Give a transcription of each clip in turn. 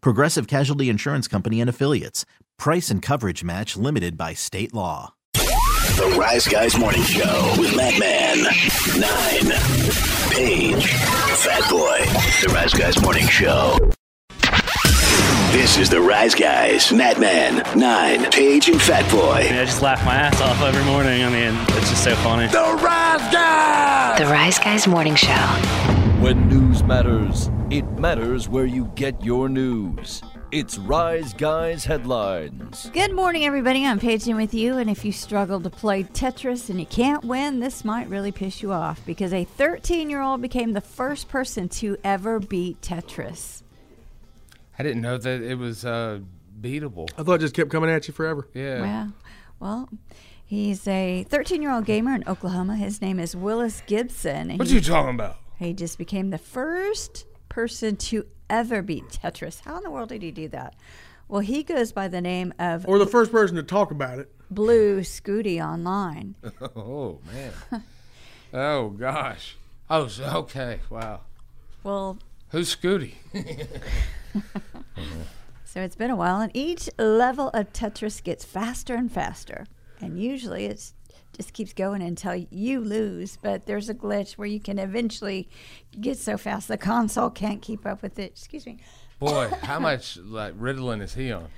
Progressive Casualty Insurance Company and Affiliates. Price and coverage match limited by state law. The Rise Guys Morning Show with Matt Man, Nine, Page, Fat Boy. The Rise Guys Morning Show. This is the Rise Guys, Matt Man, Nine, Page, and Fat I Boy. mean, I just laugh my ass off every morning. I mean, it's just so funny. The Rise Guys! The Rise Guys Morning Show. When news matters, it matters where you get your news. It's Rise Guys Headlines. Good morning, everybody. I'm Paige in with you. And if you struggle to play Tetris and you can't win, this might really piss you off because a 13 year old became the first person to ever beat Tetris. I didn't know that it was uh, beatable. I thought it just kept coming at you forever. Yeah. Wow. Well, he's a 13 year old gamer in Oklahoma. His name is Willis Gibson. And What he, you talking about? he just became the first person to ever beat Tetris. How in the world did he do that? Well, he goes by the name of Or the first person to talk about it. Blue Scooty online. Oh man. oh gosh. Oh, so- okay. Wow. Well, Who's Scooty? So it's been a while, and each level of Tetris gets faster and faster. And usually it's just keeps going until you lose, but there's a glitch where you can eventually get so fast the console can't keep up with it. Excuse me. Boy, how much like Ritalin is he on?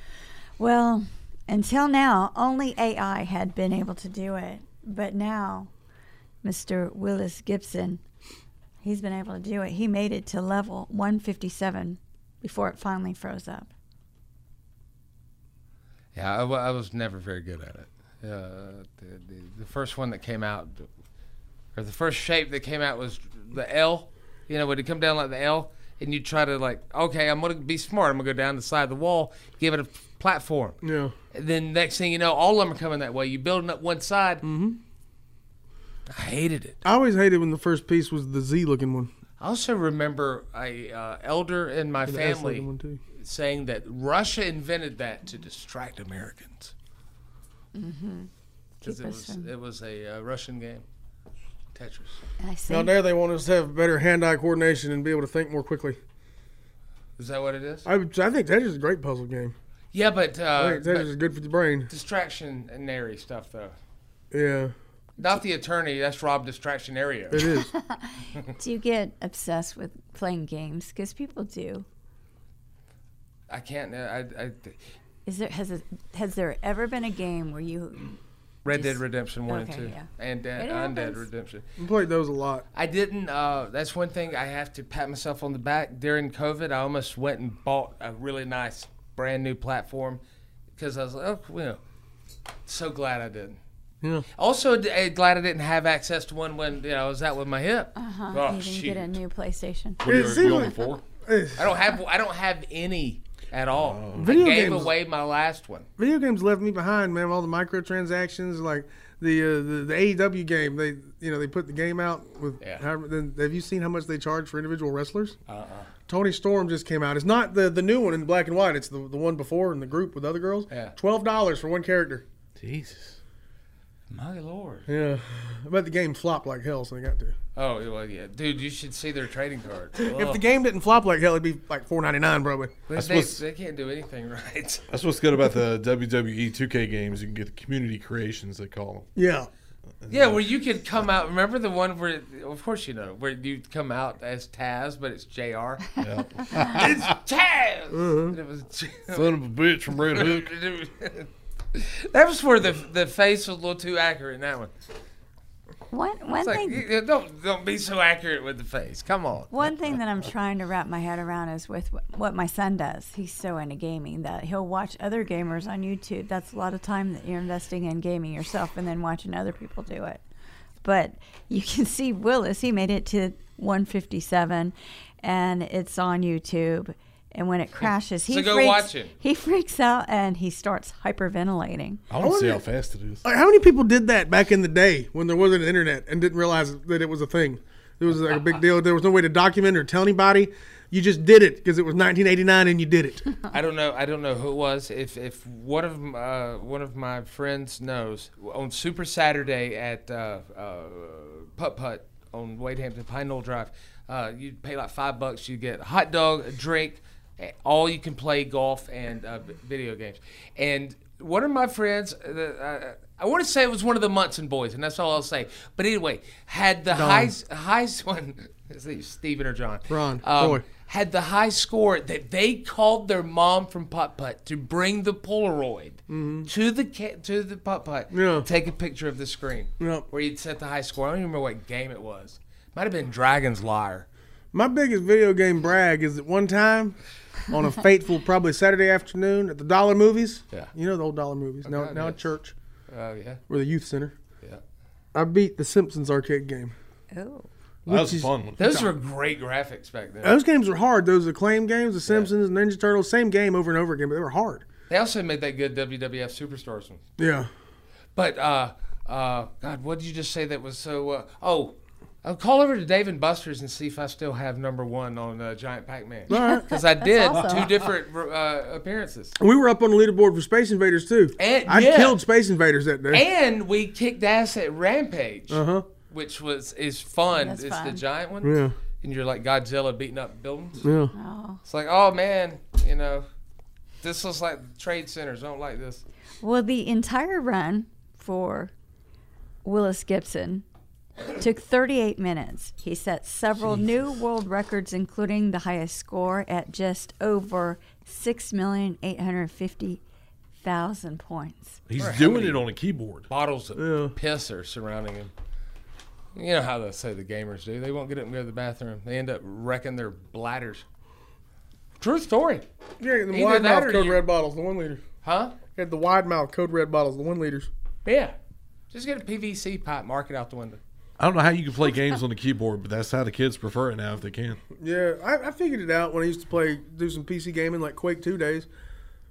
Well, until now, only AI had been able to do it. But now, Mr. Willis Gibson, he's been able to do it. He made it to level 157 before it finally froze up. Yeah, I, wa- I was never very good at it. Uh, the, the, the first one that came out, or the first shape that came out was the L. You know, when it come down like the L, and you try to like, okay, I'm gonna be smart. I'm gonna go down the side of the wall, give it a platform. Yeah. then next thing you know, all of them are coming that way. You're building up one side. Mm-hmm. I hated it. I always hated when the first piece was the Z looking one. I also remember a uh, elder in my The S family looking one too. saying that Russia invented that to distract Americans. Because Keep us it was from- it was a uh, Russian game, Tetris. I see. Now there they want us to have better hand-eye coordination and be able to think more quickly. Is that what it is? I, would- I think that is a great puzzle game. yeah, but, I uh, think that but is good for the brain. distractionary stuff though. Yeah, Not the attorney. That's Rob Distractionario. it is. Do you get obsessed with playing games? Because people do. I can't. uh, I, I Is there has it, has there ever been a game where you? Red Dead Just- Redemption One okay, and Two, yeah. and uh, It Undead happens. Redemption. I played those a lot. I didn't. Uh, that's one thing I have to pat myself on the back. During COVID, I almost went and bought a really nice, brand new platform because I was like, oh, well, so glad I didn't. Yeah. Also, d- eh, glad I didn't have access to one when you know, I was out with my hip. Uh-huh, Oh, you didn't get a shoot. new PlayStation. It seems like eh. I don't have. I don't have any at all. Video I gave games- away my last one. video games left me behind, man. with All the microtransactions, like the uh, the, the AEW game, they you know they put the game out with. Yeah. However, then have you seen how much they charge for individual wrestlers? Uh-uh. Tony Storm just came out. It's not the the new one in black and white. It's the the one before in the group with other girls. Yeah. Twelve dollars for one character. Jesus, my lord. Yeah. I bet the game flopped like hell, so they got to. Oh well, yeah, dude. You should see their trading cards. If Ugh. the game didn't flop like hell, it'd be like four ninety nine probably. They, suppose- they can't do anything right. E That's what's good about the WWE 2K games. You can get the community creations, they call them. Yeah. Yeah, where you could come out. Remember the one where, of course you know, where you come out as Taz, but it's Jr. it's Taz. And it was Son of a bitch from Red Hook. that was where the the face was a little too accurate in that one. One one It's like, thing you- you don't don't be so accurate with the face. Come on. One thing that I'm trying to wrap my head around is with wh- what my son does. He's so into gaming that he'll watch other gamers on YouTube. That's a lot of time that you're investing in gaming yourself and then watching other people do it. But you can see Willis, he made it to 157 and it's on YouTube. And when it crashes, he So go freaks, watch it. He freaks out and he starts hyperventilating. I want to see how fast it is. Like, how many people did that back in the day when there wasn't an internet and didn't realize that it was a thing? It was like a big deal. There was no way to document or tell anybody. You just did it because it was 1989 and you did it. I don't know. I don't know who it was. If if one of m- uh, one of my friends knows on Super Saturday at uh, uh, Putt Putt on Wade Hampton Pine Knoll Drive, uh, you pay like five bucks. You get a hot dog, a drink, eh, all you can play golf and uh, v- video games. And one of my friends, uh, the, I, I want to say it was one of the Munson boys, and that's all I'll say. But anyway, had the Don. high highest one. Is it Steven or John? Ron, um, Roy. had the high score that they called their mom from putt putt to bring the Polaroid to the ca- to the putt putt. Mm-hmm. Yeah. Take a picture of the screen Yeah. where you'd set the high score. I don't even remember what game it was. Might have been Dragon's Liar. My biggest video game brag is that one time on a fateful, probably Saturday afternoon at the Dollar Movies. Yeah. You know the old Dollar Movies. now God, now a yes. church Oh yeah, or the youth center. yeah. I beat the Simpsons arcade game. Oh. That was a Which is- fun one. Those were great graphics back then. Those games were hard. Those acclaim games, the Simpsons, Ninja Turtles, same game over and over again, but they were hard. They also made that good WWF Superstars one. Yeah. But uh, uh, God, what did you just say that was so? Uh, oh, I'll call over to Dave and Buster's and see if I still have number one on uh, Giant Pac-Man. Because I did awesome. two different uh, appearances, We were up on the leaderboard for Space Invaders too. And- I yeah. killed Space Invaders that day. and we kicked ass at Rampage, Uh-huh. which was is fun. That's it's the fun. giant one, Yeah. and you're like Godzilla beating up buildings. Yeah. It's like, oh man, you know, this looks like trade centers. I don't like this. Well, the entire run for Willis Gibson took 38 minutes. He set several new world records, including the highest score at just over 6,850,000 points. He's doing it on a keyboard. Bottles of piss are surrounding him. You know how they say the gamers do. They won't get up and go to the bathroom. They end up wrecking their bladders. True story, Yeah, the Either wide that mouth or code you- red bottles, the one liter. huh? Had the wide mouth code red bottles, the one liters. Yeah. Just get a PVC pipe, mark it out the window. I don't know how you can play games on the keyboard, but that's how the kids prefer it now if they can. Yeah, I, I figured it out when I used to play, do some PC gaming like Quake 2 days.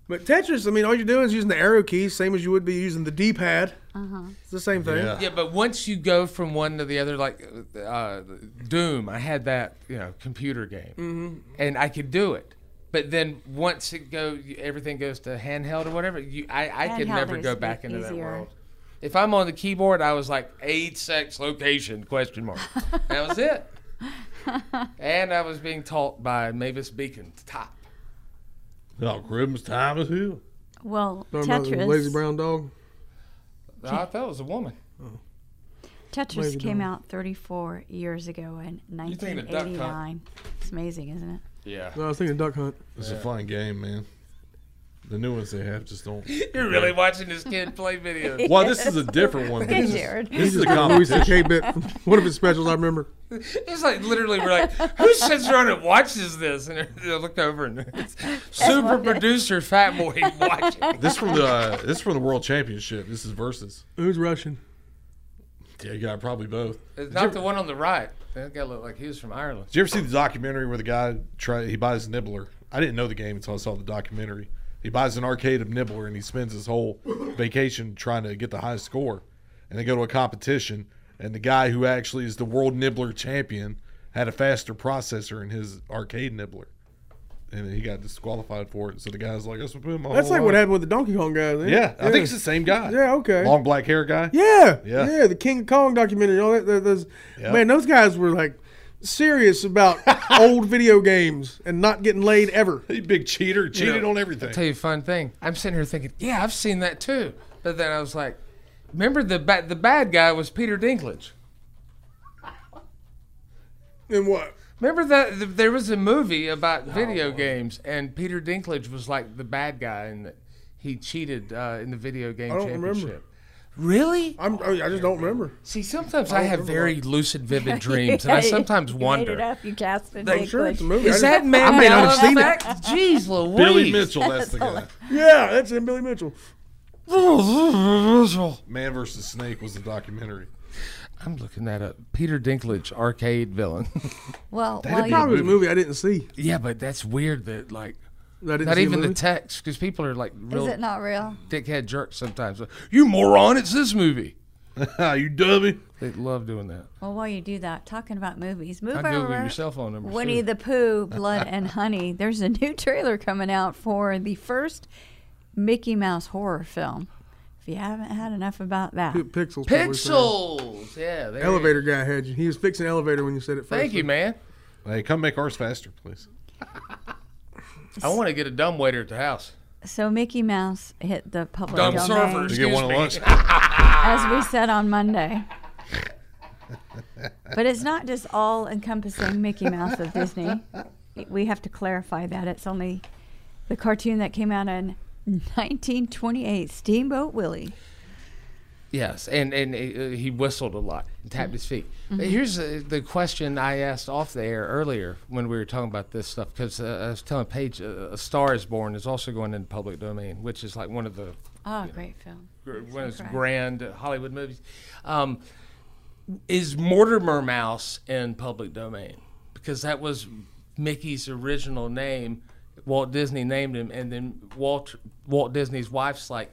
But Tetris, I mean, all you're doing is using the arrow keys, same as you would be using the D pad. It's the same thing. Yeah. Yeah, but once you go from one to the other, like uh, Doom, I had that you know computer game, and I could do it. But then once it go, everything goes to handheld or whatever. You, I, I could Handheld never is go back e- into that easier. world. If I'm on the keyboard, I was like aid, sex, location, question mark. That was it. and I was being taught by Mavis Beacon top. Oh, Christmas time is here. Well, Talking about the lazy Tetris, brown dog. I thought it was a woman. Tetris came out 34 years ago in thinking of Duck Hunt. 1989. It's amazing, isn't it? Yeah. No, I was thinking Duck Hunt. It's a fun game, man. The new ones they have just don't. You're really watching this kid play videos. Well, this is a different one. Hey, This is, Jared. this is a Louis competition. C.K. bit. One of his specials, I remember. It's like literally, we're like, who sits around and watches this? And I looked over and it's super producer Fat Boy watching. This from the uh, this from the World Championship. This is versus. Who's Russian? Yeah, you got probably both. It's not the one on the right. That guy looked like he was from Ireland. Did you ever see the documentary where the guy try he buys a nibbler? I didn't know the game until I saw the documentary. He buys an arcade of nibbler and he spends his whole vacation trying to get the highest score. And they go to a competition and the guy who actually is the world nibbler champion had a faster processor in his arcade nibbler. And he got disqualified for it. So the guy's like, That's what my That's whole like what life." happened with the Donkey Kong guy. isn't it? Yeah, I think it's the same guy. Yeah, okay. Long black hair guy. Yeah, Yeah. yeah, The King Kong documentary, all that. that those, Yeah. Man, those guys were like serious about old video games and not getting laid ever. He big cheater, cheated on everything. Tell you a fun thing. I'm sitting here thinking, yeah, I've seen that too. But then I was like, Remember the ba- the bad guy was Peter Dinklage. And what? Oh, Remember that th- there was a movie about video games, and Peter Dinklage was like the bad guy, and he cheated uh, in the video game I don't remember. championship. Really? I'm, I I just don't remember. See, sometimes I don't have remember very lucid, vivid dreams, and I sometimes you wonder. Made it up, you cast it. I'm sure it's a movie. Is I that just- man? I may not have seen it. Jeez Louise. Billy Mitchell, that's the guy. Yeah, that's in Billy Mitchell. Oh, Man versus Snake was the documentary. I'm looking that up. Peter Dinklage, arcade villain. Well, That probably was a movie I didn't see. yeah, but that's weird that like I didn't not see a even the movie? text because people are like real Is it not real? dickhead jerks sometimes. You moron! It's this movie. you dummy. They love doing that. Well, while you do that, talking about movies, move I over. Google your cell phone number. Winnie too. the Pooh, Blood and Honey. There's a new trailer coming out for the first Mickey Mouse horror film. If you haven't had enough about that, Dude, Pixels. probably said it. Pixels. Yeah. there you- Elevator guy had you. He was fixing the elevator when you said it first. Thank you, man. Hey, come make ours faster, please. I want to get a dumb waiter at the house. so Mickey Mouse hit the public Dumb domain, server. You get Excuse one at me. lunch. as we said on Monday. but it's not just all-encompassing Mickey Mouse of Disney. We have to clarify that it's only the cartoon that came out in 1928, Steamboat Willie. Yes, and and uh, he whistled a lot and tapped his feet. Here's uh, the question I asked off the air earlier when we were talking about this stuff because uh, I was telling Paige uh, A Star Is Born is also going into public domain, which is like one of the Oh, great film. gr- one of those grand Hollywood movies. Um, is Mortimer Mouse in public domain? Because that was Mickey's original name. Walt Disney named him, and then Walt Walt Disney's wife's like,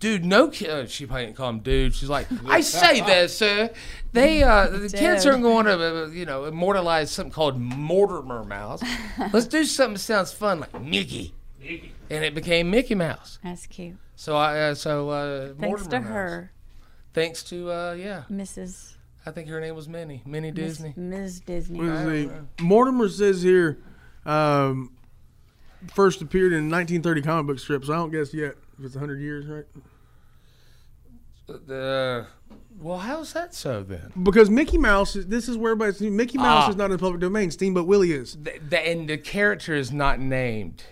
"Dude, no kid." Uh, she probably didn't call him dude. She's like, "I say that, sir. They uh, the kids Dude. aren't going to uh, you know immortalize something called Mortimer Mouse. Let's do something that sounds fun like Mickey." And it became Mickey Mouse. That's cute. So I uh, so uh, Thanks Mortimer to Mouse. her, Thanks to uh, yeah, Mrs. I think her name was Minnie. Minnie Disney. Ms. Disney. Let's see. Mortimer says here, um, first appeared in 1930 comic book strips. I don't guess yet if it's 100 years, right? The Uh, well, how's that so then? Because Mickey Mouse, is, this is where everybody's. Mickey Mouse Ah. is not in the public domain. Steamboat Willie is. The, the, and the character is not named.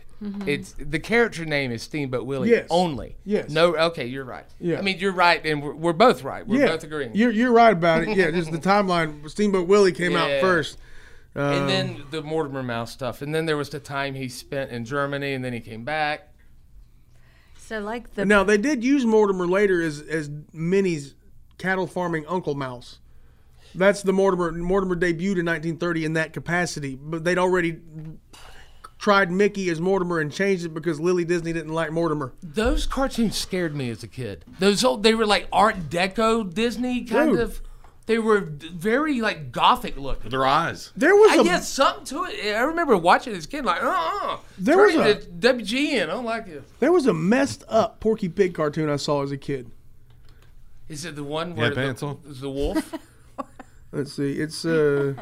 It's the character name is Steamboat Willie Mm-hmm. Yes. only. Yes. No. Okay, you're right. Yeah. I mean, you're right, and we're, we're both right. We're yeah, both agreeing. You're, you're right about it. Yeah, just the timeline. Steamboat Willie came Yeah. out first. Um, and then the Mortimer Mouse stuff, and then there was the time he spent in Germany, and then he came back. So, like the Now they did use Mortimer later as as Minnie's cattle farming Uncle Mouse. That's the Mortimer. Mortimer debuted in 1930 in that capacity, but they'd already tried Mickey as Mortimer and changed it because Lily Disney didn't like Mortimer. Those cartoons scared me as a kid. Those old, they were like Art Deco Disney kind Dude. of. They were very like gothic looking. Their eyes. There was I a guess something to it. I remember watching this kid like, uh, uh There turn was a- it to WGN. I don't like it. there was a messed up Porky Pig cartoon I saw as a kid. Is it the one where pants the, on. is the wolf? Let's see. It's uh,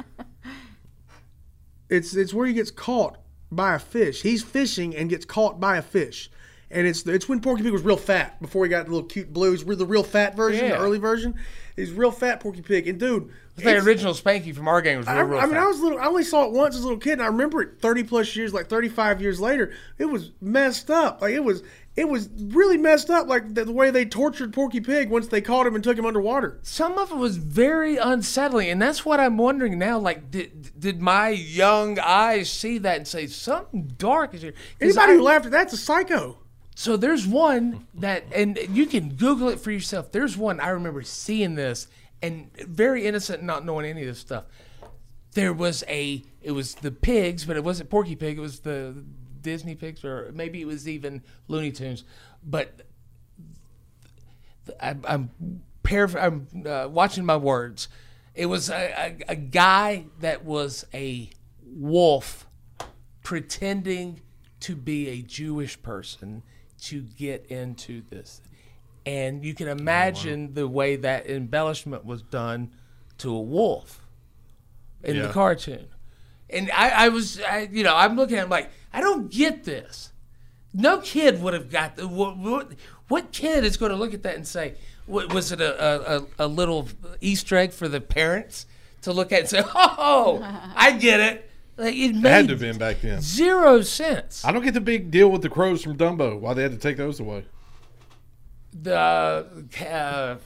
it's it's where he gets caught by a fish. He's fishing and gets caught by a fish, and it's it's when Porky Pig was real fat before he got the little cute blues. We're the real fat version, Yeah. the early version. He's real fat Porky Pig, and dude, the it's- original Spanky from our game was real, I, real I mean, I fat. was little. I only saw it once as a little kid, and I remember it thirty plus years, like thirty five years later. It was messed up. Like it was, it was really messed up. Like the, the way they tortured Porky Pig once they caught him and took him underwater. Some of it was very unsettling, and that's what I'm wondering now. Like, did did my young eyes see that and say something dark is here? 'Cause Anybody I- who laughed at that's a psycho. So there's one that, and you can Google it for yourself. There's one I remember seeing this and very innocent, not knowing any of this stuff. There was a, it was the pigs, but it wasn't Porky Pig. It was the Disney pigs, or maybe it was even Looney Tunes. But I, I'm paraphr- I'm uh, watching my words. It was a, a, a guy that was a wolf pretending to be a Jewish person to get into this. And you can imagine the way that embellishment was done to a wolf in the Yeah. cartoon. And I, I was, I, you know, I'm looking at him like, I don't get this. No kid would have got the- what, what, what kid is going to look at that and say, what, was it a, a, a, a little Easter egg for the parents to look at and say, oh, I get it. Like it It had made to have been back then. zero sense. I don't get the big deal with the crows from Dumbo. Why they had to take those away? The uh,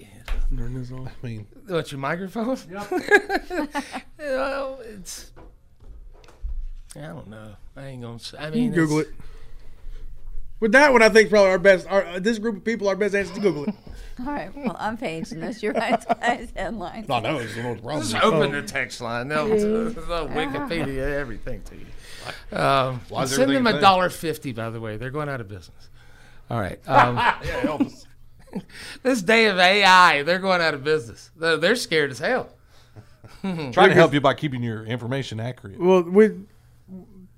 I mean, What your microphone? well, it's. I don't know. I ain't gonna say. I mean, Google it's- it. With that one, I think probably our best, our, uh, this group of people, our best answer is to Google it. All right. Well, I'm Paige, and that's your Rise Guys headlines. I know it's no problem. Just open the text line. They'll, they'll Wikipedia everything to you. Um, Why is send everything them a a thing? dollar fifty. By the way, they're going out of business. All right. Um, this day of AI, they're going out of business. They're, they're scared as hell. Trying to help you by keeping your information accurate. Well, we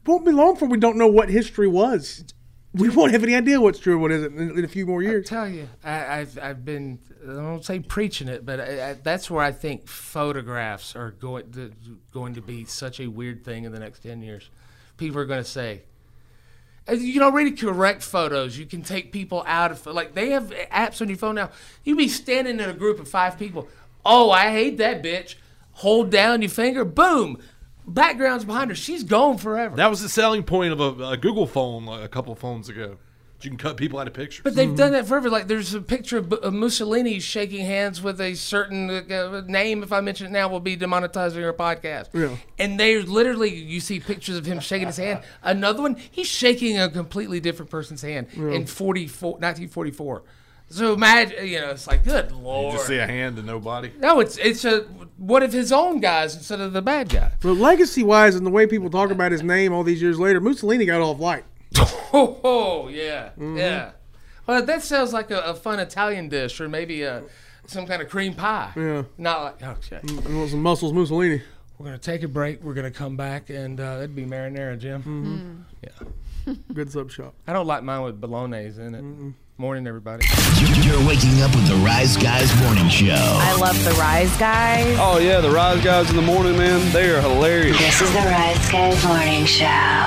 won't be long before we don't know what history was. We won't have any idea what's true and what isn't in, in a few more years. tell you, I, I've I've been I don't say preaching it, but I, I, that's where I think photographs are going to, going to be such a weird thing in the next ten years. People are going to say, "Uh, you can already correct photos. You can take people out of like they have apps on your phone now. You be standing in a group of five people. Oh, I hate that bitch. Hold down your finger. Boom. Background's behind her. She's gone forever. That was the selling point of a, a Google phone like, a couple phones ago. You can cut people out of pictures. But they've done that forever. Like there's a picture of, of Mussolini shaking hands with a certain uh, name. If I mention it now, will be demonetizing our podcast. Yeah. And they literally, you see pictures of him shaking his hand. Another one, he's shaking a completely different person's hand in 44, 1944. So imagine, you know, it's like, good You lord. just see a hand and nobody. no, it's it's a one of his own guys instead of the bad guy. But legacy wise, and the way people talk about his name all these years later, Mussolini got off Mm-hmm. light. Oh, oh, yeah, yeah. Well, that sounds like a, a fun Italian dish, or maybe a, some kind of cream pie. Yeah. Not like okay. And it was some muscles, Mussolini. We're gonna take a break. We're gonna come back, and uh, it'd be marinara, Jim. Yeah. Mm-hmm. Good sub shop. I don't like mine with bolognese in it. Morning, everybody. You're waking up with the Rise Guys Morning Show. I love the Rise Guys. Oh yeah, the Rise Guys in the morning, man. They are hilarious. This is the Rise Guys Morning Show.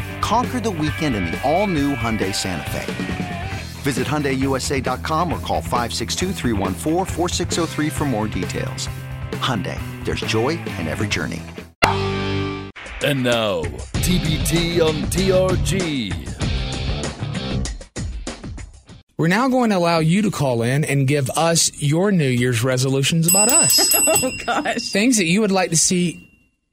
Conquer the weekend in the all new Hyundai Santa Fe. Visit HyundaiUSA.com or call 562-314-4603 for more details. Hyundai, there's joy in every journey. And now, TBT on TRG. We're now going to allow you to call in and give us your New Year's resolutions about us. oh, gosh. Things that you would like to see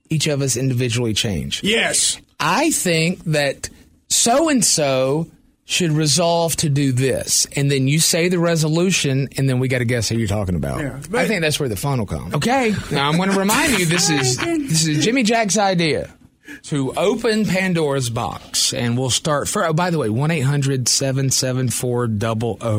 each of us individually change. Yes. I think that so Oh, and so should resolve to do this. And then you say the resolution, and then we got to guess who you're talking Oh. about. I think that's where the fun will come. Okay. Now I'm going to remind you this is this is Jimmy Jack's idea. to open Pandora's box, and we'll start. For, oh, by the way, 1 800 774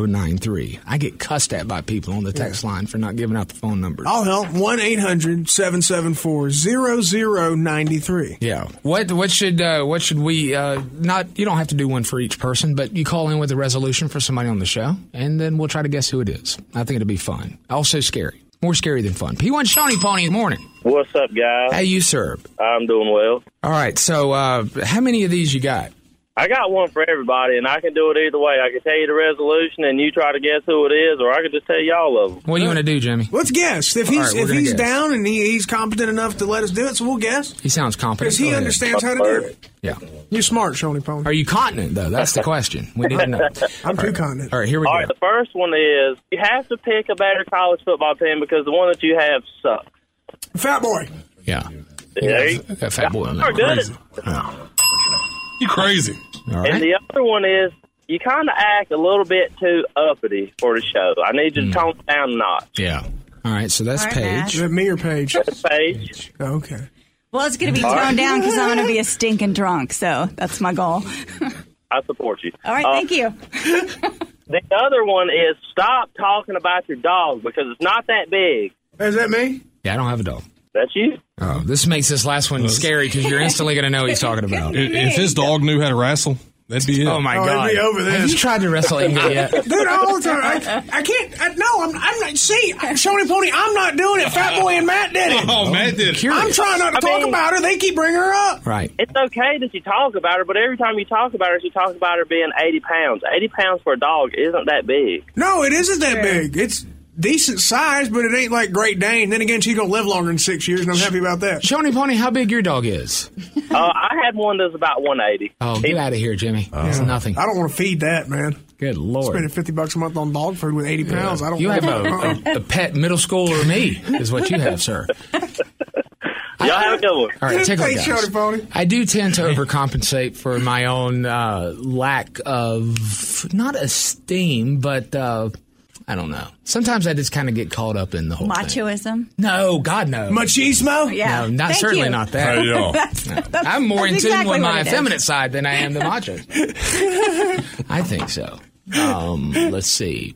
0093. I get cussed at by people on the text line for not giving out the phone numbers. I'll help. 1 800 774 0093. Yeah. What what should uh, what should we uh, not? You don't have to do one for each person, but you call in with a resolution for somebody on the show, and then we'll try to guess who it is. I think it'll be fun. Also scary, more scary than fun. P1 Shawnee Pony in the morning. What's up, guys? How you serve? I'm doing well. All right. So uh, how many of these you got? I got one for everybody, and I can do it either way. I can tell you the resolution, and you try to guess who it is, or I can just tell you all of them. What do you want to do, Jimmy? Let's guess. If All he's right, we're if gonna he's guess. down and he, he's competent enough to let us do it, so we'll guess. He sounds competent. Because he Go ahead. understands how to do it. Yeah. You're smart, Shawnee Pony. Are you continent though? That's the question. We need to know. I'm All too right. continent. All right. Here we All go. right, the first one is you have to pick a better college football team because the one that you have sucks. Fat boy. Yeah. There you you- go. Got fat boy on Y'all are good. that. You crazy? All right. And the other one is you kind of act a little bit too uppity for the show. I need Mm. you to tone it down a notch. Yeah. All right. So that's All right, Paige. Is it me or Paige? Paige. Okay. Well, it's going to be All toned right. down because I'm going to be a stinking drunk. So that's my goal. I support you. All right, Oh. Um, thank you. The other one is stop talking about your dog because it's not that big. Is that me? Yeah, I don't have a dog. That's you. Oh, this makes this last one scary because you're instantly going to know what he's talking about. If his dog knew how to wrestle, that'd be it. Oh my god! Have you tried to wrestle Inga yet? Dude, all the time. I, I can't. I, no, I'm, I'm not. See, Shawnee Pony, I'm not doing it. Fat Boy and Matt did it. Oh, Matt did it. I'm trying not to I talk mean- about her. They keep bringing her up. Right. It's okay that you talk about her, but every time you talk about her, she talks about her being 80 pounds. 80 pounds for a dog isn't that big. No, it isn't that big. It's decent size, but it ain't like Great Dane. Then again, she's gonna live longer than six years, and I'm happy about that. Shawnee Pony, how big your dog is? uh, I had one Uh, that's about 180. Oh, get out of here, Jimmy. It's nothing. I don't want to feed that man. Good lord! Spending fifty bucks a month on dog food with eighty pounds. I don't. You have uh-uh. a, a, a pet middle schooler, me is what you have, sir. Y'all have a good one. All right, tickle Hey, guys. Shawnee Pony. I do tend to overcompensate for my own uh, lack of not esteem, but uh, I don't know. Sometimes I just kind of get caught up in the whole thing. Machoism. No, God no. Machismo? Yeah. No, not Thank certainly you. not that. No. I'm more in That's tune exactly with what my it is. effeminate side than I am the macho. I think so. Um, let's see.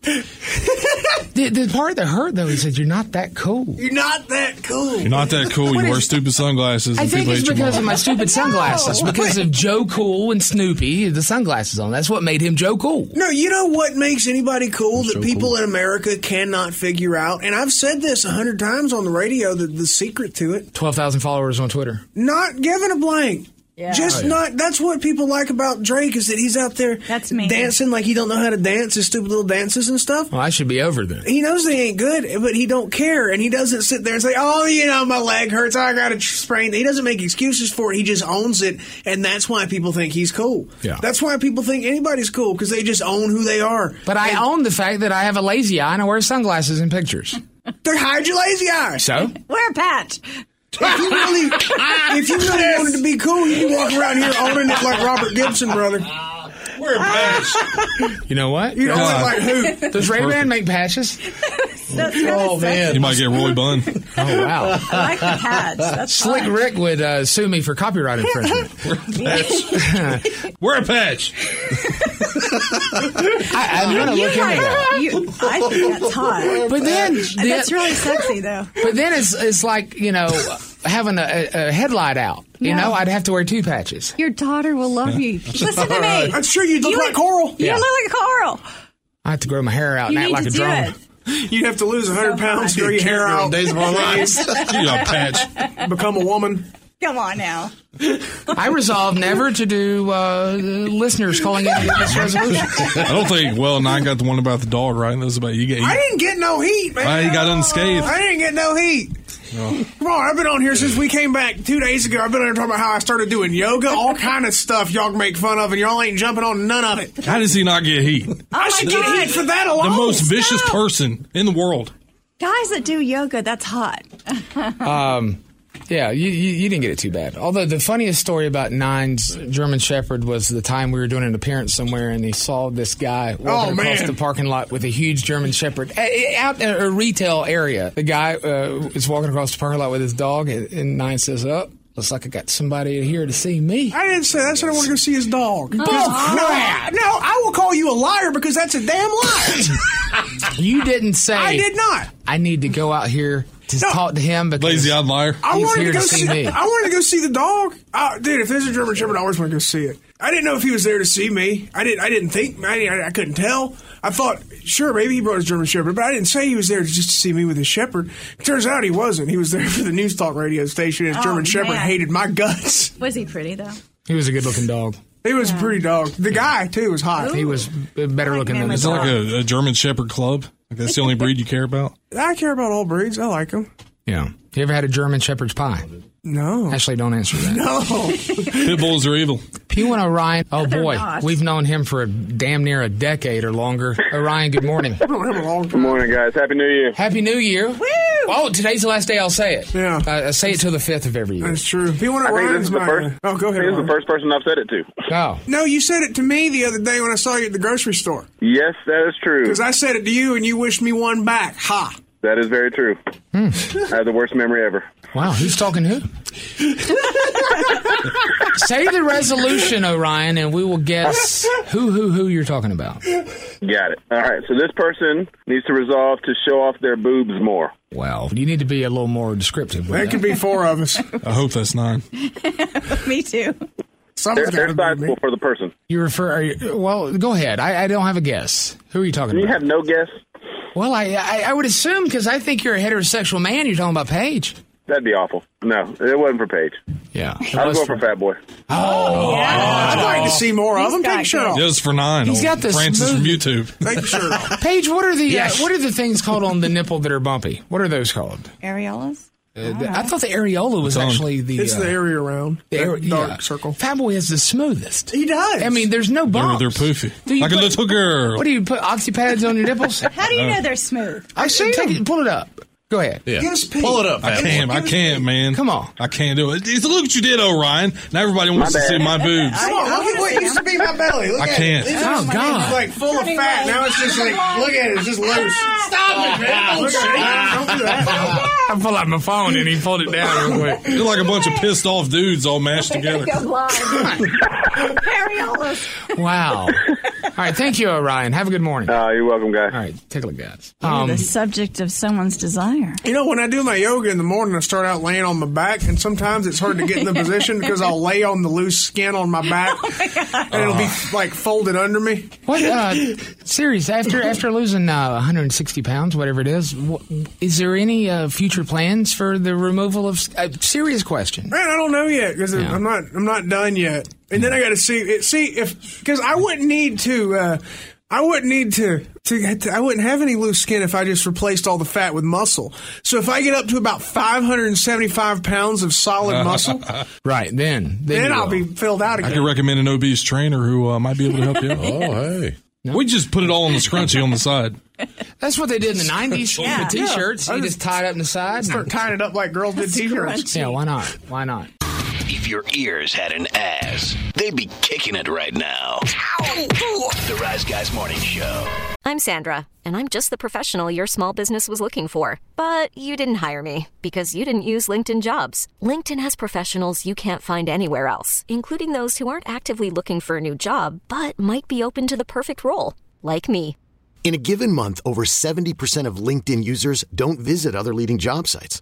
The, the part that hurt though is that you're not that cool. You're not that cool. You're not that cool. What You wear is- stupid sunglasses. I and think people it's hate you because more. of my stupid sunglasses. Because of Joe Cool and Snoopy, the sunglasses on. That's what made him Joe Cool. No, you know what makes anybody cool that people in America cannot figure out? And I've said this a hundred times on the radio that the secret to it Twelve thousand followers on Twitter. not giving a blank. Just Oh, yeah. not. That's what people like about Drake is that he's out there that's me. dancing like he don't know how to dance his stupid little dances and stuff. Well, I should be over then. He knows they ain't good, but he don't care, and he doesn't sit there and say, "Oh, you know, my leg hurts. I got to sprain." He doesn't make excuses for it. He just owns it, and that's why people think he's cool. Yeah. That's why people think anybody's cool because they just own who they are. But I own the fact that I have a lazy eye and I wear sunglasses in pictures. They hide your lazy eye. So? Wear a patch. If you really, if you really wanted to be cool, you'd be walking around here owning it like Robert Gibson, brother. Wear a patch. You know what? Uh, You don't look like who? Does Ray Ban make patches? oh You might get Roy Bunn. Oh wow! I like the hats. That's Slick Rick would uh, sue me for copyright infringement. Wear a patch. I, I'm gonna You look into like- that. you- I think that's hot. But then, And that's the- really sexy, though. But then it's it's like you know having a, a, a headlight out. You No. know, I'd have to wear two patches. Your daughter will love you. Listen to me. I'm sure you'd look like Coral. You Yeah. look like Carl. I have to grow my hair out You and act need like to a do drunk. it. You'd have to lose 100 pounds, grow your hair out, Days of our lives. You got a patch. become a woman. Come on now. I resolve never to do uh, listeners calling in with this resolution. I don't think. Well, and I got the one about the dog, right? That was about you. Get, I didn't get no heat, man. Ah, you got unscathed. I didn't get no heat. Come on, I've been on here since we came back two days ago. I've been on here talking about how I started doing yoga, all kind of stuff y'all can make fun of, and y'all ain't jumping on none of it. how does he not get heat? I should get heat for that alone. The most vicious Stop. person in the world. Guys that do yoga, that's hot. Um, yeah, you, you, you didn't get it too bad. Although the funniest story about Nine's German Shepherd was the time we were doing an appearance somewhere and he saw this guy walking Oh, across man. the parking lot with a huge German Shepherd A- a- out in a retail area. The guy uh, is walking across the parking lot with his dog and, and Nine says, "Oh, Looks like I got somebody here to see me. I didn't say that. I said I want to go see his dog. Oh, Because- crap. No, no, I will call you a liar because that's a damn lie. You didn't say. I did not. I need to go out here to talk to him because lazy odd liar. I he's wanted here to to, go see, see. me. I wanted to go see the dog, uh, dude. If there's a German Shepherd, I always want to go see it. I didn't know if he was there to see me. I didn't. I didn't think. I, I, I couldn't tell. I thought, sure, maybe he brought his German Shepherd, but I didn't say he was there just to see me with his Shepherd. turns out he wasn't. He was there for the News Talk radio station. His Oh, German Shepherd man. hated my guts. Was he pretty though? He was a good looking dog. He was a pretty dog. The guy too was hot. He was better looking than Is it like a, a German Shepherd club? Like that's the only breed you care about? I care about all breeds. I like them. Yeah. You ever had a German Shepherd's pie? No. Actually, don't answer that. No. Pit bulls are evil. Pew and Orion. Oh They're boy, not. we've known him for a, damn near a decade or longer. Orion, good morning. Good morning, guys. Happy New Year. Happy New Year. Woo! Oh, today's the last day I'll say it. Yeah. I, I say it till the fifth of every year. That's true. If you I think this is the first. Oh, go ahead. This is the first person I've said it to. No. No, you said it to me the other day when I saw you at the grocery store. Yes, that is true. Because I said it to you and you wished me one back. Ha. That is very true. I have the worst memory ever. Hmm. Wow, who's talking who? say the resolution, Orion, and we will guess who who who you're talking about. Got it. All right. So this person needs to resolve to show off their boobs more. Wow, you need to be a little more descriptive. with That could be four of us. I hope that's nine. Me too. They're, they're sizable for the person. You refer? Are you, well, go ahead. I, I don't have a guess. Who are you talking You about? have no guess. Well, I I, I would assume because I think you're a heterosexual man. You're talking about Paige. That'd be awful. No, it wasn't for Paige. Yeah, I was going for Fat Boy. Oh, I'd like to see more of them. Take your shirt off. Yes, for nine. He's old got this Francis from smooth- YouTube. Take your shirt off. Paige, what are the Yes. uh, what are the things called on the nipple that are bumpy? What are those called? Areolas. Uh, the- I thought the areola was It's on- actually the It's uh, the area around. the area- that dark yeah. circle. Fatboy is the smoothest. He does. I mean, there's no They're, bumps. they're poofy. Do you Like a put- little girl. Uh, What do you put oxy pads on your nipples? How do you know they're smooth? I should take it. Pull it up. Go ahead. Yeah. Yes, Pete. Pull it up, I Fat can't. Boy. I can't, man. Come on. I can't do it. It's- look what you did, Orion. Now everybody wants My to bad. see my boobs. Come on, look at what used to be my belly. Look I at can't. It. These are Oh, just God. Like full of fat. Now it's just like, look at it. It's just loose. Stop it, man. Don't shake it. Don't do that. I pulled out my phone and he pulled it down real quick. You're like a bunch of pissed off dudes all mashed together. Wow. All right. Thank you, Orion. Have a good morning. Oh, you're welcome, guys. All right. Take a look, guys. You're the subject of someone's desire. You know, when I do my yoga in the morning, I start out laying on my back, and sometimes it's hard to get in the position because I'll lay on the loose skin on my back, and it'll be like folded under me. What uh, series after after losing uh, 160 pounds, whatever it is, wh- is there any uh, future plans for the removal of? Uh, serious question. Man, I don't know yet because Yeah. I'm not I'm not done yet, and then I got to see it, see if because I wouldn't need to. Uh, I wouldn't need to, to, I wouldn't have any loose skin if I just replaced all the fat with muscle. So if I get up to about 575 pounds of solid muscle, then, Right then, then, you I'll will. be filled out I again. can recommend an obese trainer who uh, might be able to help you out. Oh, hey. We just put it all in the scrunchie on the side. That's what they did in the 90s Yeah. with t-shirts. Yeah. You just tie it up in the side. Start tying it up like girls did t-shirts. Yeah, why not? Why not? If your ears had an ass, they'd be kicking it right now. The Rise Guys Morning Show. I'm Sandra, and I'm just the professional your small business was looking for. But you didn't hire me because you didn't use LinkedIn jobs. LinkedIn has professionals you can't find anywhere else, including those who aren't actively looking for a new job but might be open to the perfect role, like me. In a given month, over 70% of LinkedIn users don't visit other leading job sites.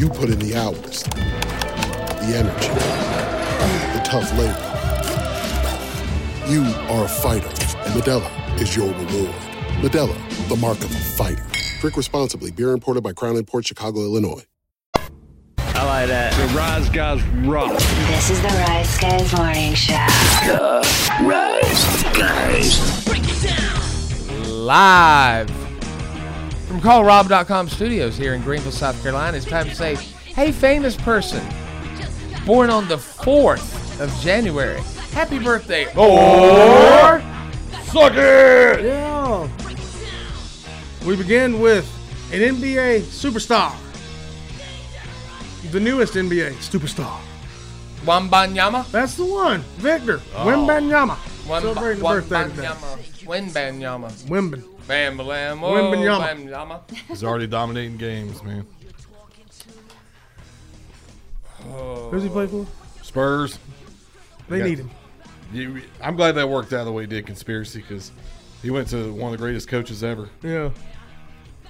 You put in the hours, the energy, the tough labor. You are a fighter, and Medela is your reward. Medela, the mark of a fighter. Drink responsibly. Beer imported by Crown Port Chicago, Illinois. I like that. The Rise Guys rock. This is the Rise Guys Morning Show. The Rise Guys. live from CallRob.com studios here in Greenville, South Carolina. It's time to say, hey, famous person, born on the 4th of January, happy birthday, or suck it! Yeah. We begin with an NBA superstar. The newest NBA superstar. Wambanyama? That's the one. Victor Oh. Wimbanyama. Wamba- Celebrating the birthday today. Wambanyama. Wimbanyama. Wimbin. Bambalam. Wimbanyama. He's already dominating games, man. Oh. Who's he play for? Spurs. They You need him. You, I'm glad that worked out the way it did, conspiracy, because he went to one of the greatest coaches ever. Yeah.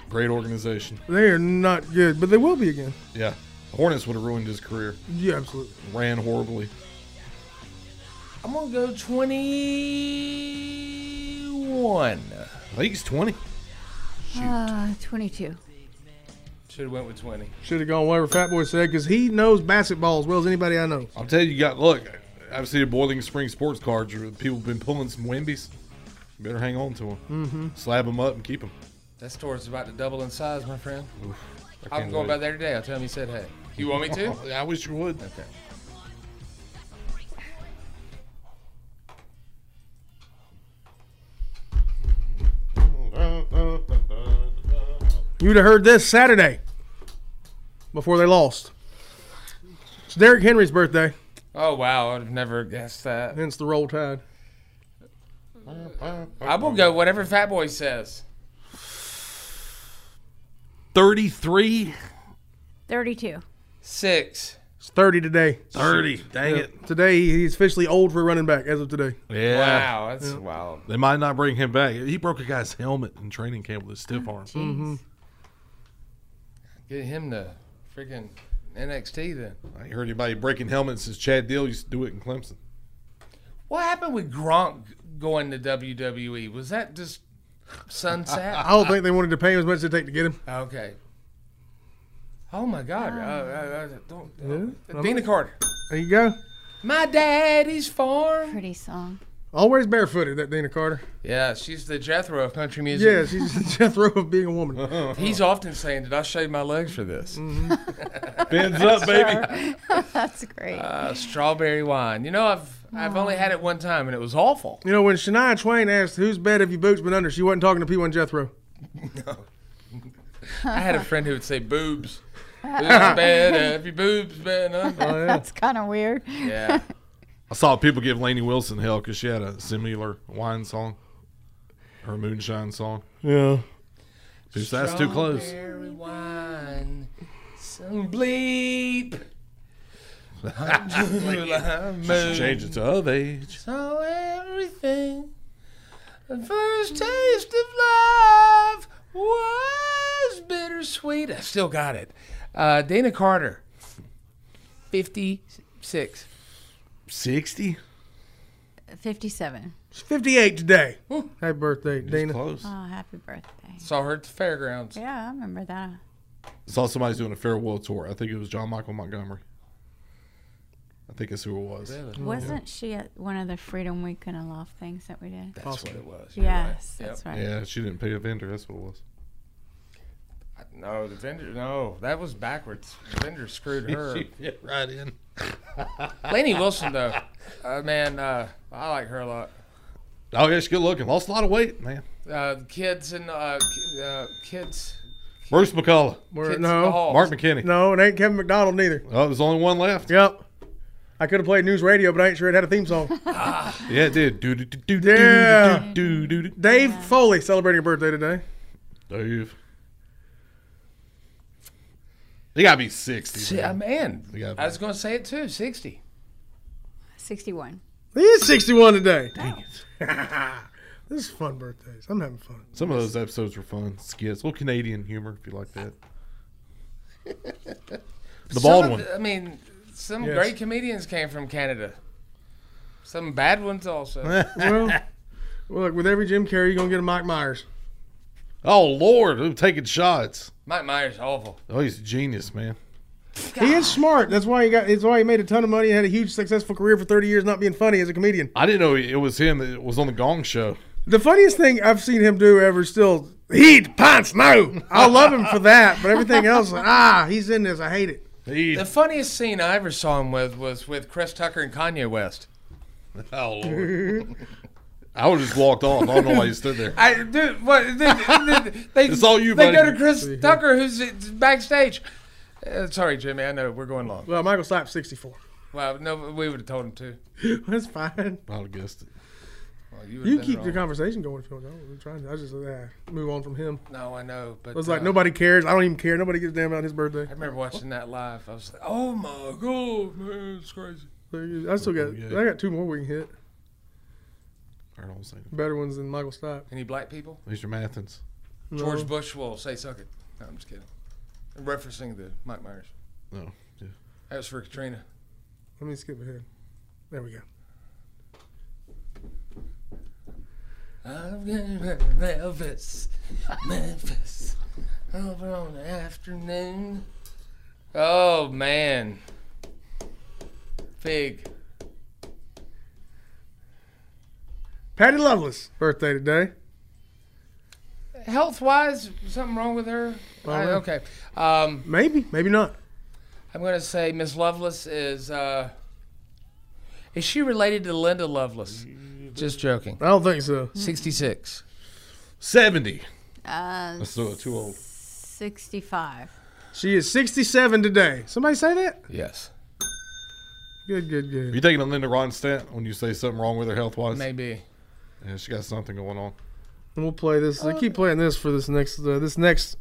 Great organization. They are not good, but they will be again. Yeah. Hornets would have ruined his career. Yeah, absolutely. Ran horribly. I'm going to go 21. I think he's 20. Uh, 22. Should have went with 20. Should have gone whatever Fat Boy said because he knows basketball as well as anybody I know. I'll tell you, you got look. I've seen a Boiling Spring sports cards. where People have been pulling some Wimbies. Better hang on to them. Mm-hmm. Mhm. Slab them up and keep them. That store's about to double in size, my friend. I I'll can't go wait. by there today. I'll tell him you said hey. You want me to? I wish you would. Okay. You'd have heard this Saturday before they lost. It's Derrick Henry's birthday, Oh wow, I'd have never guessed that. hence the roll tide. I will go whatever Fat Boy says. 33. 32. Six. It's 30 today. 30, dang it. Today he- he's officially old for a running back as of today. Yeah. Wow, that's Yeah. wild. They might not bring him back. He broke a guy's helmet in training camp with a stiff arm. Mm-hmm. Mhm. Get him to freaking NXT then. I ain't heard anybody breaking helmets since Chad Deal used to do it in Clemson. What happened with Gronk going to WWE? Was that just sunset? I don't think they wanted to pay him as much as it take to get him. Okay. Oh my God! Uh, uh, uh, don't. Yeah. Dina Carter. There you go. My daddy's farm. Pretty song. Always barefooted, that Dina Carter. Yeah, she's the Jethro of country music. Yeah, she's the Jethro of being a woman. He's often saying, "Did I shave my legs for this?" Mm-hmm. Fins up, baby. That's great. Uh, strawberry wine. You know, I've I've only had it one time, and it was awful. You know, when Shania Twain asked, whose bed have you boots been under, she wasn't talking to P1 Jethro. I had a friend who would say boobs. Boobs bad, every boobs bad. huh? That's kind of weird. Yeah. I saw people give Laney Wilson hell because she had a similar wine song, her moonshine song. Yeah. Too, that's too close. Strawberry wine, some bleep. She should change it to of age. So everything, the first taste of love was bittersweet. I still got it. Uh, Dana Carter, 56. 60? 57. She's 58 today. Happy birthday, Dana. Oh, happy birthday. Saw her at the fairgrounds. Yeah, I remember that. Saw somebody's doing a farewell tour. I think it was John Michael Montgomery. I think that's who it was. Wasn't she at one of the Freedom Week and Aloft things that we did? That's what Possibly. it was. You're right. Yes, Yep. that's right. Yeah, she didn't pay a vendor. That's what it was. No, the vendor, no, that was backwards. The vendor screwed her. She fit right in. Laney Wilson, though, uh, man, uh, I like her a lot. Oh, yeah, she's good looking. Lost a lot of weight, man. Uh, kids and uh, ki- uh, kids. Bruce McCullough. We're- Kids in the no. halls. Mark McKinney. No, it ain't Kevin McDonald neither. Oh, there's only one left. Yep. I could have played news radio, but I ain't sure it had a theme song. Yeah, it did. Do, do, do, do, yeah. do, do, do, Dave Foley celebrating a birthday today. Dave. They gotta be sixty. Si- uh, man, They gotta be- I was going to say it too. Sixty. 61. He is 61 today. Dang it. this is fun birthdays. I'm having fun. Some of those episodes were fun skits, a little Canadian humor if you like that. The Some bald of one. the- I mean, some Yes. great comedians came from Canada. Some bad ones also. well, look, with every Jim Carrey, you're going to get a Mike Myers. Oh, Lord. Who taking shots? Mike Myers awful. Oh, he's a genius, man. He is smart. That's why he got. That's why he made a ton of money and had a huge successful career for 30 years, not being funny as a comedian. I didn't know it was him that was on the Gong Show. The funniest thing I've seen him do ever still heat pants. No, I love him for that, but everything else, like, ah, he's in this. I hate it. The funniest scene I ever saw him with was with Chris Tucker and Kanye West. Oh, Lord. I would have just walked off. I don't know why he stood there. I dude, what they, they, It's all you, They buddy. go to Chris Tucker, who's backstage. Uh, sorry, Jimmy. I know we're going long. Well, Michael Slapp's 64. Well, no, we would have told him to. That's fine. I would have guessed it. Well, You, would've been keep wrong. the conversation going if you want. to. I'm trying. To, I just uh, move on from him. No, I know, but I was like, uh, nobody cares. I don't even care. Nobody gives a damn about his birthday. I remember watching that live. I was like, oh my god, man, it's crazy. I still got. I got two more we can hit. Arnold Sanders. Better ones than Michael Stipe. Any black people? Mr. Mathins. George No. Bush will say suck it. No, I'm just kidding. I'm referencing the Mike Myers. No. Yeah. That was for Katrina. Let me skip ahead. There we go. I'm gonna Memphis, Memphis, over on the afternoon. Oh man, big. Patty Loveless birthday today. Health wise, something wrong with her? Well, I- yeah. okay. Um, maybe, maybe not. I'm gonna say Miss Lovelace is. Uh, is she related to Linda Lovelace? Just joking. I don't think so. 66. 70. Uh, That's too, too old. 65. She is 67 today. Somebody say that? Yes. Good, good, good. Are you taking a Linda Ronstadt when you say something wrong with her health wise? Maybe. Yeah, she got something going on. And we'll play this. I keep playing this for this next. Uh, this next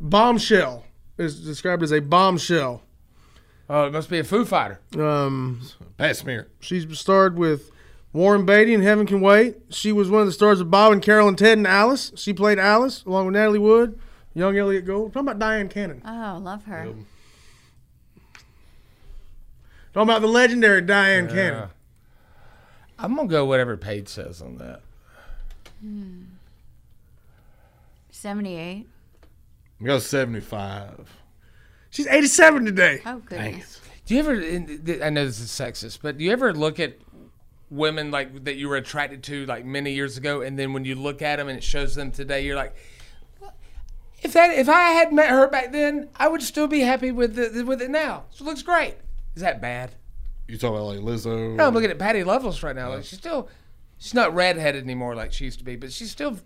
bombshell is described as a bombshell. Oh, it must be a Foo Fighter. Um, Pat smear. She's starred with Warren Beatty in Heaven Can Wait. She was one of the stars of Bob and Carol and Ted and Alice. She played Alice along with Natalie Wood, young Elliot Gould. Talking about Diane Cannon. Oh, love her. Talking about the legendary Diane Yeah. Cannon. I'm gonna go whatever Paige says on that. Hmm. 78. We got 75. She's 87 today. Oh, goodness. Do you ever? and th- I know this is sexist, but do you ever look at women like that you were attracted to like many years ago, and then when you look at them and it shows them today, you're like, if that if I had met her back then, I would still be happy with the, with it now. She looks great. Is that bad? You talking about like Lizzo? No, I'm looking at Patty Loveless right now. Like she's still, she's not redheaded anymore like she used to be, but she's still.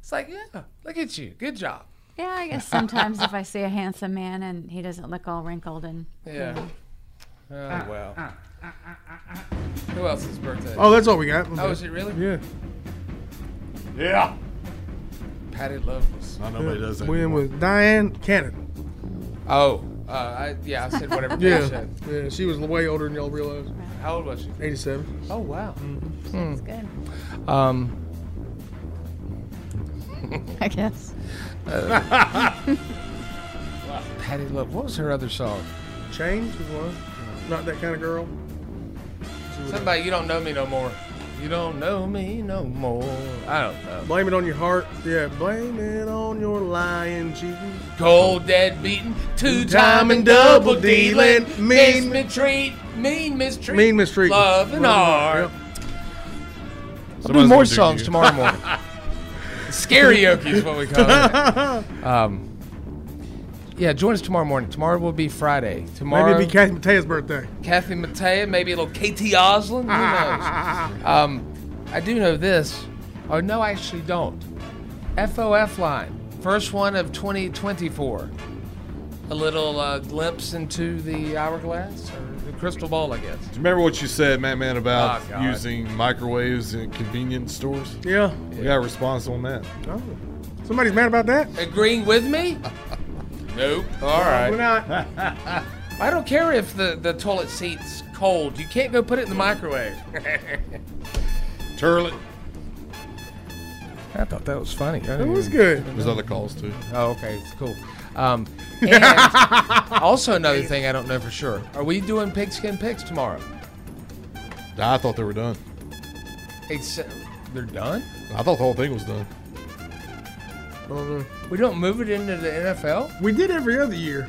It's like, yeah, look at you, good job. Yeah, I guess sometimes if I see a handsome man and he doesn't look all wrinkled and. you Yeah. know. Oh well. Who else's birthday? Oh, that's all we got. Oh, is it really? Yeah. Yeah. Patty Loveless. I nobody does that. We're in with Diane Cannon. Oh, uh, I, yeah, I said whatever Yeah. Paige said. Yeah, she was way older than y'all Mm-hmm. realize. How old was she? 87. Oh wow. That's good. Um. I guess. Uh, Patty Love. What was her other song? Change was one. Not that kind of girl. Somebody, you don't know me no more. You don't know me no more. I don't know. Blame it on your heart. Yeah, blame it on your lying, cheating. Cold dead beating, two time and double dealing, mean mistreat, mean mistreat, Mean mistreat. love and hard. I'll do Somebody's more gonna do songs you. tomorrow morning. Scaryoke is what we call it. Um, yeah, join us tomorrow morning. Tomorrow will be Friday. Tomorrow, Maybe it'd be Kathy Matea's birthday. Kathy Mattea, maybe a little KT Oslin. Who knows? um, I do know this. Oh, no, I actually don't. FOF line, first one of 2024. A little uh, glimpse into the hourglass or the crystal ball, I guess. Do you remember what you said, Matt Man, about Oh, God. using microwaves in convenience stores? Yeah. We got a response on that. Oh. Somebody's mad about that? Agreeing with me? nope. All right. We're not. I don't care if the, the toilet seat's cold. You can't go put it in the microwave. Turlet. I thought that was funny. That was good. There's other calls too. Oh, okay. It's cool. Um, and also, another thing I don't know for sure. Are we doing pigskin picks tomorrow? I thought they were done. Except uh, they're done. I thought the whole thing was done. We don't move it into the NFL. We did every other year.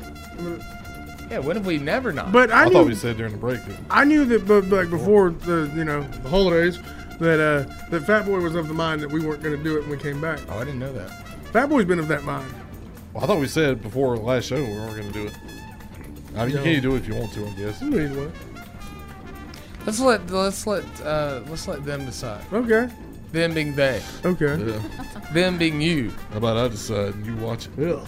Yeah, what have we never not? But I, knew, said during the break. I knew that, but like before the you know the holidays, that uh, that Fat Boy was of the mind that we weren't going to do it when we came back. Oh, I didn't know that. Fat Boy's been of that mind. Well, I thought we said before the last show we weren't going to do it. I mean, No. you can do it if you want to, I guess. You need one. Let's let let's let uh, let's let them decide. Okay. Them being they. Okay. Them being you. How about I decide and you watch it? Yeah.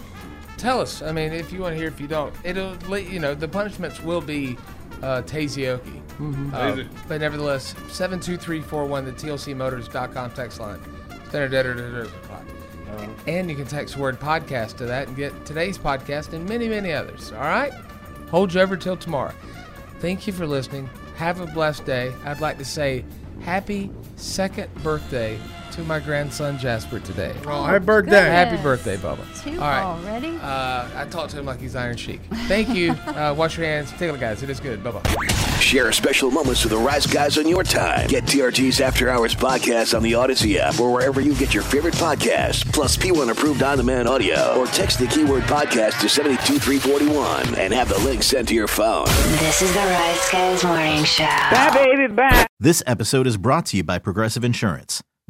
Tell us. I mean, if you want to hear, if you don't, it'll let you know the punishments will be uh, Tazeoki. Mhm. Uh, Tazy. but nevertheless, seven two three four one the TLCMotors.com text line. Standard editor. Uh-huh. And you can text word podcast to that and get today's podcast and many, many others. All right? Hold you over till tomorrow. Thank you for listening. Have a blessed day. I'd like to say happy second birthday to my grandson Jasper today. Oh, happy birthday. Happy goodness. birthday, Bubba. Two already? Uh, I talked to him like he's Iron Sheik. Thank you. uh, wash your hands. Take a look, guys. It is good. Bye bye. Share special moments with the Rise Guys on your time. Get TRT's After Hours podcast on the Odyssey app or wherever you get your favorite podcast, plus P1 approved on demand audio, or text the keyword podcast to 72341 and have the link sent to your phone. This is the Rise Guys Morning Show. baby, bye. This episode is brought to you by Progressive Insurance.